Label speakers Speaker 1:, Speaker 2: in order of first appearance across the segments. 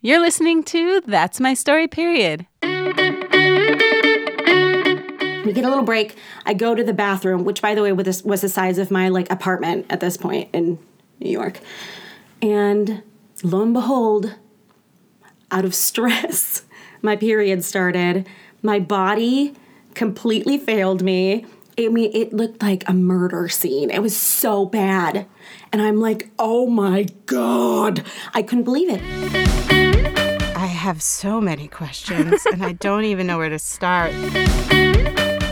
Speaker 1: You're listening to That's My Story, period.
Speaker 2: We get a little break. I go to the bathroom, which, by the way, was this- was the size of my like apartment at this point in New York. And lo and behold, out of stress, my period started. My body completely failed me. I mean, it looked like a murder scene. It was so bad. And I'm like, oh my God. I couldn't believe it.
Speaker 3: I have so many questions and I don't even know where to start.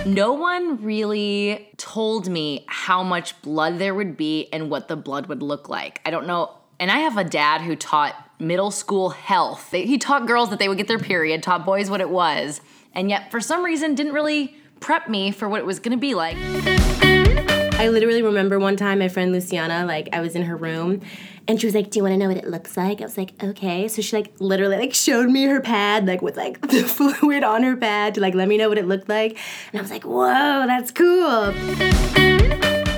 Speaker 4: No one really told me how much blood there would be and what the blood would look like. I don't know. And I have a dad who taught middle school health. They- He taught girls that they would get their period, taught boys what it was, and yet for some reason didn't really prep me for what it was gonna be like.
Speaker 5: I literally remember one time my friend Luciana, like I was in her room and she was like, Do you wanna know what it looks like? I was like, okay. So she like literally like showed me her pad, like with like the fluid on her pad to like let me know what it looked like. And I was like, whoa, that's cool.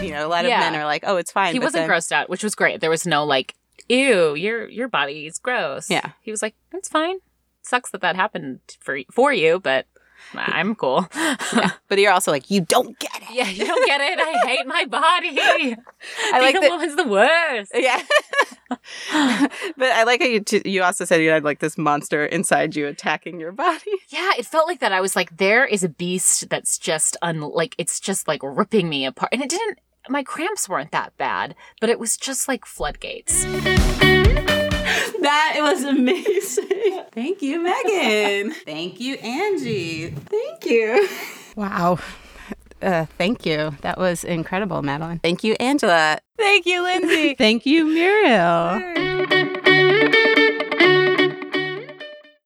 Speaker 3: You know, a lot
Speaker 6: Yeah.
Speaker 3: of men are like, oh, it's fine.
Speaker 6: he
Speaker 3: but
Speaker 6: wasn't
Speaker 3: then-
Speaker 6: grossed out, which was great. There was no like, ew, your your body is gross.
Speaker 3: Yeah.
Speaker 6: he was like, that's fine. Sucks that that happened for for you, but I'm cool.
Speaker 3: But you're also like, you don't get it.
Speaker 6: yeah, you don't get it. I hate my body.
Speaker 3: I like
Speaker 6: Being a
Speaker 3: that.
Speaker 6: woman's the worst.
Speaker 3: Yeah. but I like how you, t- you also said you had like this monster inside you attacking your body.
Speaker 6: Yeah, it felt like that. I was like, there is a beast that's just un like it's just like ripping me apart. And it didn't my cramps weren't that bad, but it was just like floodgates.
Speaker 1: That was amazing.
Speaker 7: Thank you, Megan. Thank you, Angie. Thank you.
Speaker 3: Wow. Uh, thank you. That was incredible, Madeline. Thank you, Angela. Thank you, Lindsay.
Speaker 1: Thank you, Muriel.